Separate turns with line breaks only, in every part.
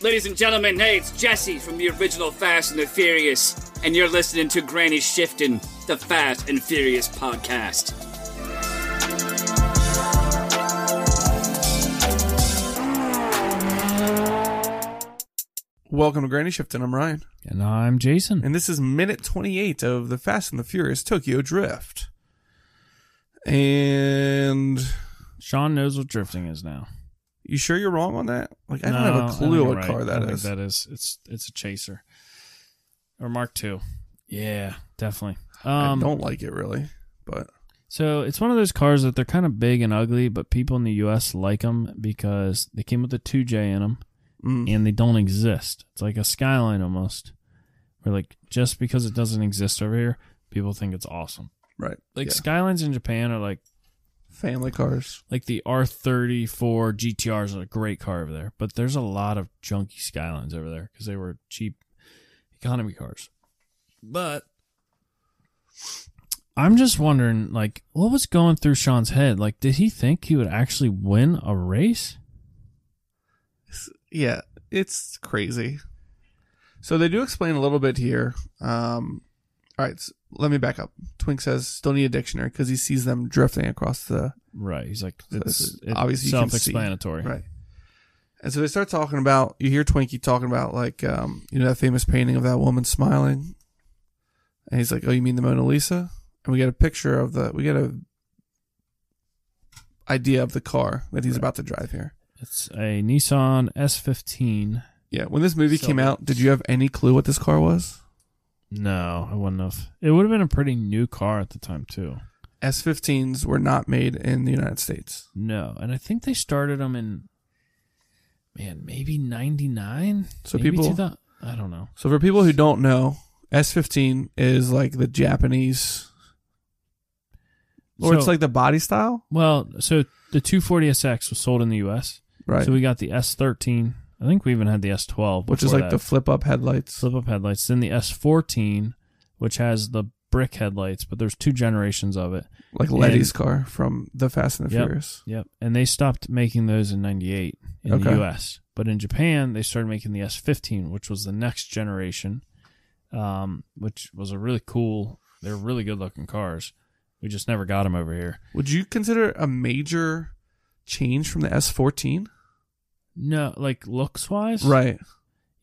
Ladies and gentlemen, hey, it's Jesse from the original Fast and the Furious, and you're listening to Granny Shifting, the Fast and Furious podcast.
Welcome to Granny Shift, and I'm Ryan.
And I'm Jason.
And this is minute 28 of the Fast and the Furious Tokyo Drift. And
Sean knows what drifting is now.
you sure you're wrong on that? Like, I don't have a clue what car that is.
that is. It's it's a chaser. Or Mark II. Yeah, definitely.
I
Um
don't like it really, but
so it's one of those cars that they're kind of big and ugly, but people in the US like them because they came with a 2J in them
mm,
and they don't exist. It's like a skyline almost. Where like just because it doesn't exist over here, people think it's awesome.
right.
Like
yeah.
skylines in Japan are like
family cars.
like the R34 GTR is a great car over there, but there's a lot of junky Skylines over there because they were cheap economy cars. But I'm just wondering, like, what was going through Sean's head? Like, did he think he would actually win a race?
Yeah, it's crazy. So they do explain a little bit here. Um, all right, so let me back up. Twink says still need a dictionary because he sees them drifting across the
Right. He's like,
So
it's,
this is-
it's
obviously you can see.
self-explanatory.
Right. And so they start talking about you hear Twinkie talking about like um, you know that famous painting of that woman smiling, and he's like, "Oh, you mean the Mona Lisa?" And we get a picture of the we get a idea of the car that he's about to drive here.
It's a Nissan S15.
Yeah. When this movie
So-
came out, did you have any clue what this car was?
No, I wouldn't have. It would have been a pretty new car at the time too.
S15s were not made in the United States.
No, and I think they started them in, man, maybe '99.
So
maybe
people-
2000 I don't know.
So for people who don't know, S15 is like the Japanese, or it's
So-
like the body style,
Well, so the 240SX was sold in the U.S.
right?
So we got the S13. I think we even had the S12,
which is
before
like the
that.
flip up headlights.
flip-up headlights. Then the S14, which has the brick headlights, but there's two generations of it.
like
And-
Letty's car from the Fast and the
Yep.
Furious.
Yep. And they stopped making those in 98 in the
Okay.
US. But in Japan, they started making the S15, which was the next generation, um, which was a really cool, they're really good looking cars. We just never got them over here.
Would you consider a major change from the S14?
No, like looks wise.
Right.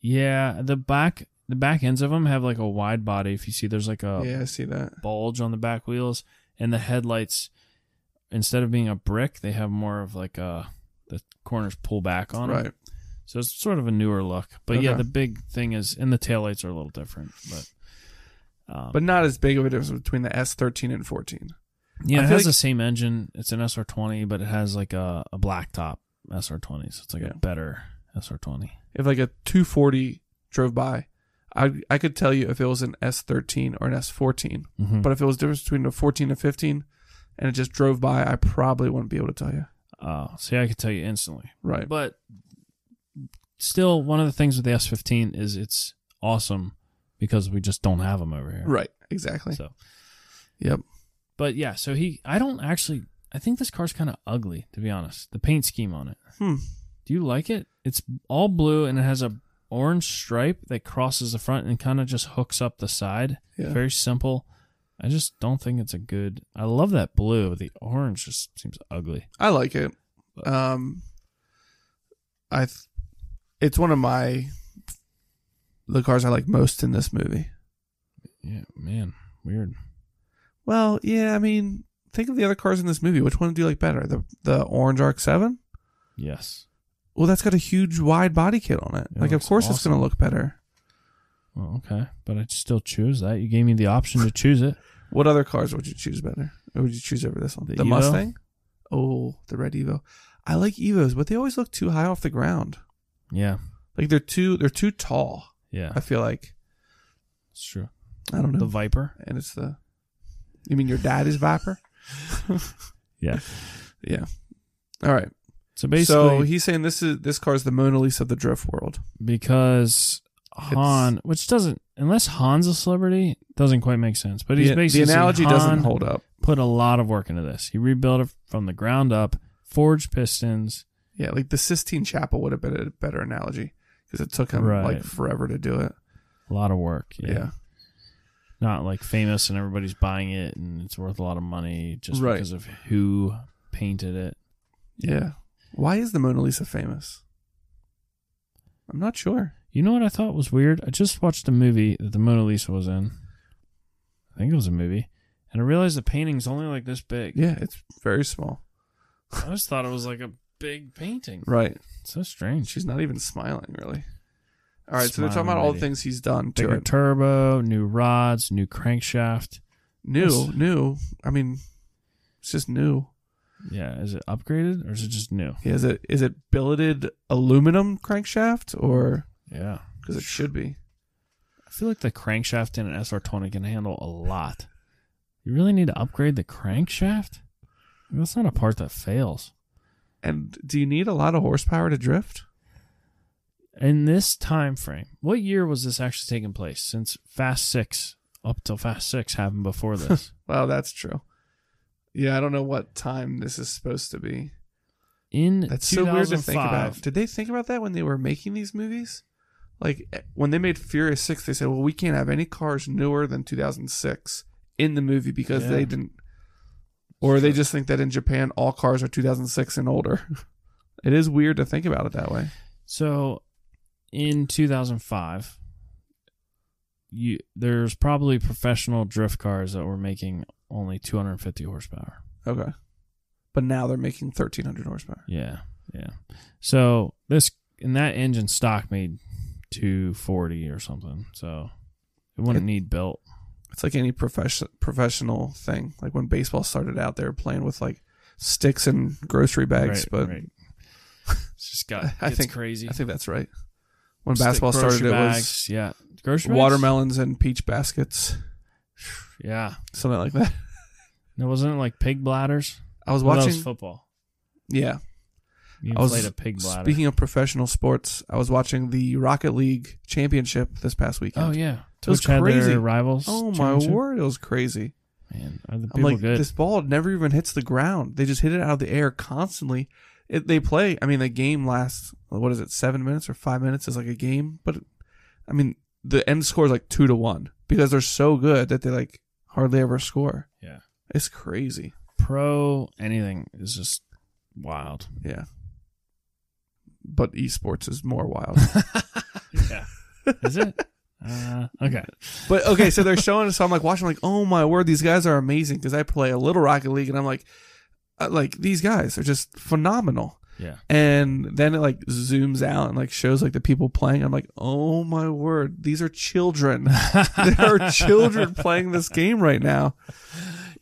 Yeah. The back, the back ends of them have like a wide body. If you see, there's like a
yeah, I see that.
bulge on the back wheels and the headlights, instead of being a brick, they have more of like a, the corners pull back on 'em.
Right.
So it's sort of a newer look. But yeah,
Okay.
the big thing is, and the taillights are a little different. But, um,
But not as big of a difference between the S13 and 14.
yeah,
I
it
feel
has
like-
the same engine. It's an SR20, but it has like a, a black top SR20. So it's like
Yeah.
a better SR20.
If like a 240 drove by, I I could tell you if it was an S13 or an S14.
Mhm.
But if it was difference between a 14 and 15 and it just drove by, I probably wouldn't be able to tell you.
Uh, see, I could tell you instantly.
Right.
But still, one of the things with the S15 is it's awesome because we just don't have them over here.
Right. Exactly.
So,
Yep.
but yeah, so he, I don't actually, I think this car's kind of ugly, to be honest. The paint scheme on it.
Hmm.
Do you like it? It's all blue and it has a orange stripe that crosses the front and kind of just hooks up the side.
Yeah.
Very simple. I just don't think it's a good. I love that blue. The orange just seems ugly.
I like it. Um, I, th- it's one of my the cars I like most in this movie.
Yeah, man, weird.
Well, yeah, I mean, think of the other cars in this movie. Which one do you like better? The the orange Arc Seven.
Yes.
Well, that's got a huge wide body kit on it.
It
like, of
looks
course, it's
awesome.
gonna look better.
Well, okay, but I still choose that. You gave me the option to choose it.
What other cars would you choose better? Or would you choose over this one?
The
The,
Evo?
Mustang. Oh, the red Evo. I like Evos, but they always look too high off the ground.
Yeah,
Like they're too they're too tall.
yeah,
I feel like
it's true.
I don't know.
The Viper.
and it's the you mean your dad is viper
Yeah.
yeah all right
So basically,
so he's saying this is this car's the mona lisa of the drift world
because Han, which doesn't, unless Han's a celebrity, doesn't quite make sense. But he's
the, the
basically
analogy
Han
doesn't hold up
Put a lot of work into this. He rebuilt it from the ground up, forged pistons.
yeah like the sistine chapel would have been a better analogy because it took him
Right.
like forever to do it.
A lot of work.
Yeah,
Yeah. Not like famous and everybody's buying it and it's worth a lot of money just
Right.
because of who painted it.
yeah. Why is the Mona Lisa famous? I'm not sure.
You know what I thought was weird? I just watched a movie that the Mona Lisa was in. I think it was a movie. And I realized the painting's only like this big.
Yeah, it's very small.
I just thought it was like a big painting.
Right.
So strange.
She's not even smiling really. All right, so they're
Smiling
talking about all the
lady.
things he's done to
Bigger
it.
turbo, new rods, new crankshaft.
new, new. I mean, it's just new.
Yeah, is it upgraded or is it just new?
Is it is it billeted aluminum crankshaft or
Yeah.
because it should be?
I feel like the crankshaft in an SR20 can handle a lot. You really need to upgrade the crankshaft? That's not a part that fails.
And do you need a lot of horsepower to drift?
In this time frame, what year was this actually taking place? Since Fast 6 up till Fast 6 happened before this.
Well, that's true. Yeah, I don't know what time this is supposed to be.
In
That's so
2005,
weird to think about. Did they think about that when they were making these movies? Like eh, when they made Furious Six, they said, "Well, we can't have any cars newer than 2006 in the movie because
Yeah.
they didn't." Or they just think that in Japan all cars are 2006 and older. it is weird to think about it that way.
So in 2005, you there's probably professional drift cars that were making only 250 horsepower.
Okay. But now they're making 1300 horsepower.
Yeah, yeah. So this and that engine stock made 240 or something. So it wouldn't need built.
It's like any profession, professional thing. Like when baseball started out, they were playing with like sticks and grocery bags,
Right,
but
right. it's just got
I
it's
think-
crazy.
I think that's right. When
Stick
basketball
grocery
started,
bags, yeah,
it
grocery
was
bags?
watermelons and peach baskets,
Yeah,
something like that.
and it wasn't like pig bladders.
I was
Well, that was
watching.
football.
yeah.
You
I was
played a pig bladder.
Speaking of professional sports, I was watching the Rocket League championship this past weekend.
Oh yeah,
It was
Twitch had
crazy.
their rivals.
Oh my
championship.
word, it was crazy.
Man, are the
I'm
people
like,
good?
this ball never even hits the ground. They just hit it out of the air constantly. It, they play. I mean, the game lasts. What is it? Seven minutes or five minutes is like a game. But I mean, the end score is like two to one because they're so good that they like hardly ever score.
Yeah.
it's crazy.
Pro anything is just wild.
Yeah, but esports is more wild.
Yeah, is it? Uh, okay.
But okay, so they're showing. So I'm like watching, like, oh my word, these guys are amazing. Because I play a little Rocket League, and I'm like, uh, like these guys are just phenomenal.
Yeah.
And then it like zooms out and like shows like the people playing. I'm like, oh my word, these are children. there are children playing this game right now.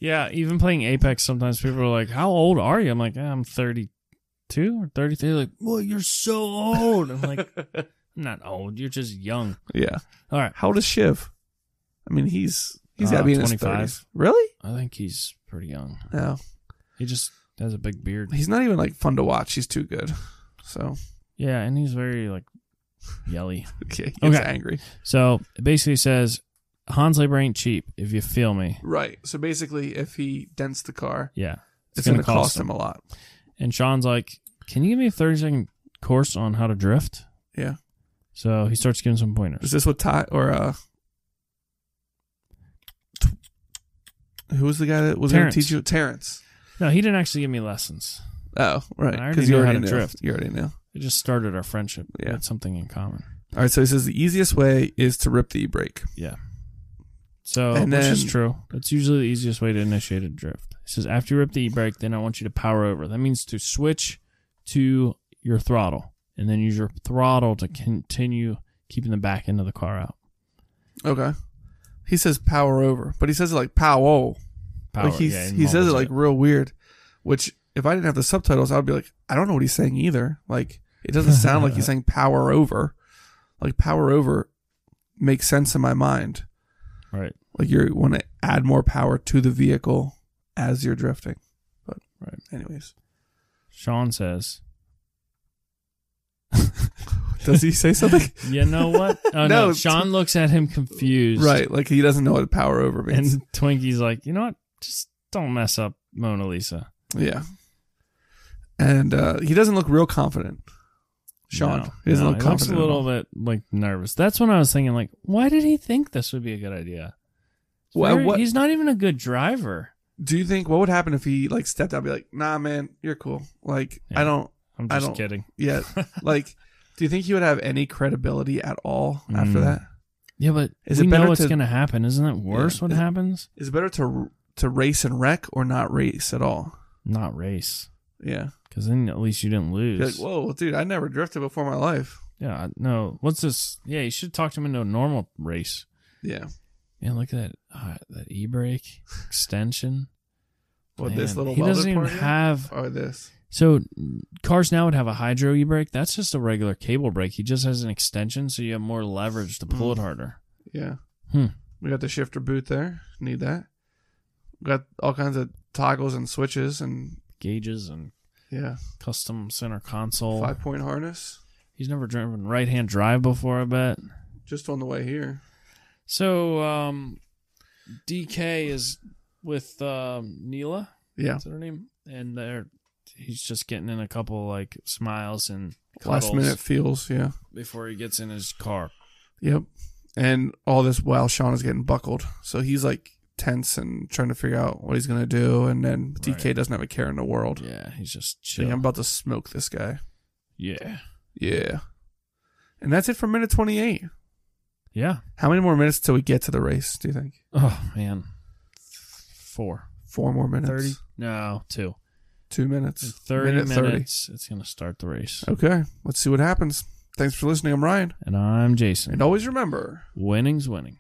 Yeah, even playing Apex, sometimes people are like, "How old are you?" I'm like, "Ah, "I'm 32 or 33." Like, "Well, you're so old." I'm like, "I'm not old. You're just young."
Yeah.
All right,
How old is Shiv? I mean, he's he's
Uh,
got to be in his
25.
thirties. Really?
I think he's pretty young.
No,
He just has a big beard.
he's not even like fun to watch. He's too good. So
Yeah, and he's very like yelly.
okay, he's
Okay.
angry.
So it basically says Hans labor ain't cheap, if you feel me.
Right. So basically, if he dents the car,
Yeah.
it's, going to cost him a lot.
And Sean's like, Can you give me a 30 second course on how to drift?
Yeah.
So he starts giving some
Is
pointers.
this what Ty or uh who was the guy that was going to
Terrence.
teach you? Terrence.
No, he didn't actually give me lessons.
Oh, right.
I already
Because you
know how
already
to
knew.
drift.
You already knew.
It just started our friendship.
Yeah.
We had something in common.
All right. So he says the easiest way is to rip the e brake.
So
And
which is
then-
true. That's usually the easiest way to initiate a drift. It says after you rip the e brake, then I want you to power over. That means to switch to your throttle and then use your throttle to continue keeping the back end of the car out.
Okay. He says power over, but he says it like pow
Power.
Like he's,
yeah,
he says
mumbles
it like real weird, which if I didn't have the subtitles, I'd be like, I don't know what he's saying either. Like it doesn't sound like he's saying power over. Like power over makes sense in my mind.
Right.
like you want to add more power to the vehicle as you're drifting. But
Right.
anyways,
Sean says,
does he say something?
"You know what? Oh, no."
No.
Sean looks at him confused.
right, like he doesn't know what power over means.
And Twinkie's like, "You know what? Just don't mess up Mona Lisa."
yeah, and uh, he doesn't look real confident. Sean.
No,
he doesn't
no,
look
he looks
confident.
a
at
little
all.
bit like nervous. That's when I was thinking, like, why did he think this would be a good idea? It's
Well,
very-
what-
He's not even a good driver.
Do you think what would happen if he like stepped out and be like, nah man, you're cool. Like
Yeah.
I don't
I'm
I
just
don't-
kidding.
yet like do you think he would have any credibility at all after
Mm.
that?
Yeah, but
Is
we
it better
know what's
to-
going to happen. Isn't it worse
Yeah.
what
Is-
happens?
Is it better to to race and wreck or not race at all?
Not race,
Yeah.
because then at least you didn't
Be like,
lose.
whoa, dude, I never drifted before in my life.
yeah, no. What's this? Yeah, you should talk to him into a normal race.
Yeah.
Yeah, look at that uh, that e brake extension.
What this
Man,
little
he doesn't
welded
even
part here?
have
or this.
So cars now would have a hydro e brake. That's just a regular cable brake. He just has an extension, so you have more leverage to pull it harder.
Yeah.
Hmm.
We got the shifter boot there. Need that. Got all kinds of toggles and switches and
Gauges and
yeah,
custom center console.
five point harness.
He's never driven right hand drive before, I bet.
Just on the way here.
So um, DK is with um, Neela.
Yeah.
Is that her name? And they're he's just getting in a couple like smiles and
Last
cuddles
minute feels, yeah.
before he gets in his car.
Yep. And all this while Sean is getting buckled. So he's like tense and trying to figure out what he's gonna do and then DK doesn't have a care in the world.
Yeah, he's just
Like, I'm
chill.
about to smoke this guy.
Yeah.
Yeah. And that's it for minute twenty eight.
Yeah.
How many more minutes till we get to the race, do you think?
Oh man. Four.
Four more minutes.
Thirty? No, two.
Two
In
minutes.
Thirty
Minute
minutes. It's gonna start the race.
Okay, let's see what happens. Thanks for listening. I'm Ryan.
And I'm Jason.
And always remember
Winning's winning.